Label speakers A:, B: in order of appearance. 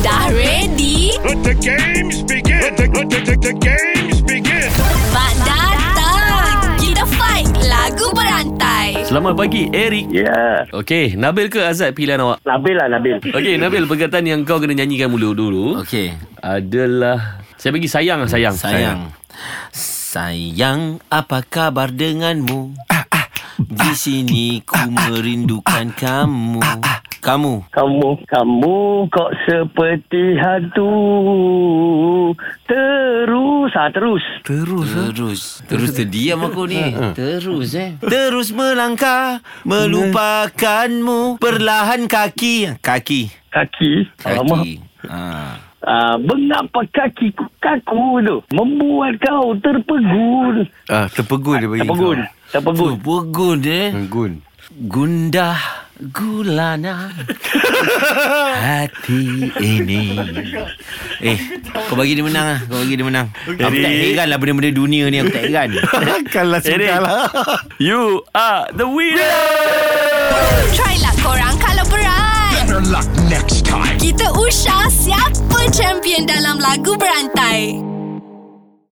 A: Dah ready?
B: Let the games begin. Let the, let the, the, the games begin.
A: Mak datang! Kita fight lagu berantai.
C: Selamat pagi, Eric.
D: Ya,
C: Okey, Nabil ke Azad pilihan awak?
D: Nabil lah Nabil.
C: Okey, Nabil, perkataan yang kau kena nyanyikan dulu dulu
E: Okey,
C: adalah saya bagi sayang lah, sayang.
E: sayang. Sayang, apa kabar denganmu? Di sini ku merindukan kamu. Kamu.
D: Kamu, kamu kok seperti hantu. Terus, ah terus.
E: Terus Terus terdiam aku ni Terus eh Terus melangkah Melupakanmu Perlahan kaki Kaki
D: Kaki. Alamak.
E: Kaki ha.
D: Ah, mengapa kaki kaku tu membuat kau terpegun?
F: Ah, terpegun dia bagi.
D: Terpegun. Terpegun.
E: Bergun eh
F: Terpegun.
E: Gundah gulana Hati ini Eh Kau bagi dia menang lah Kau bagi dia menang Aku tak heran lah Benda-benda dunia ni Aku tak heran
F: Kalah
C: Eric,
F: sudah lah.
C: you are the winner!
A: Try lah korang kalau berat.
B: Better luck next time.
A: Kita usah siapa champion dalam lagu berantai.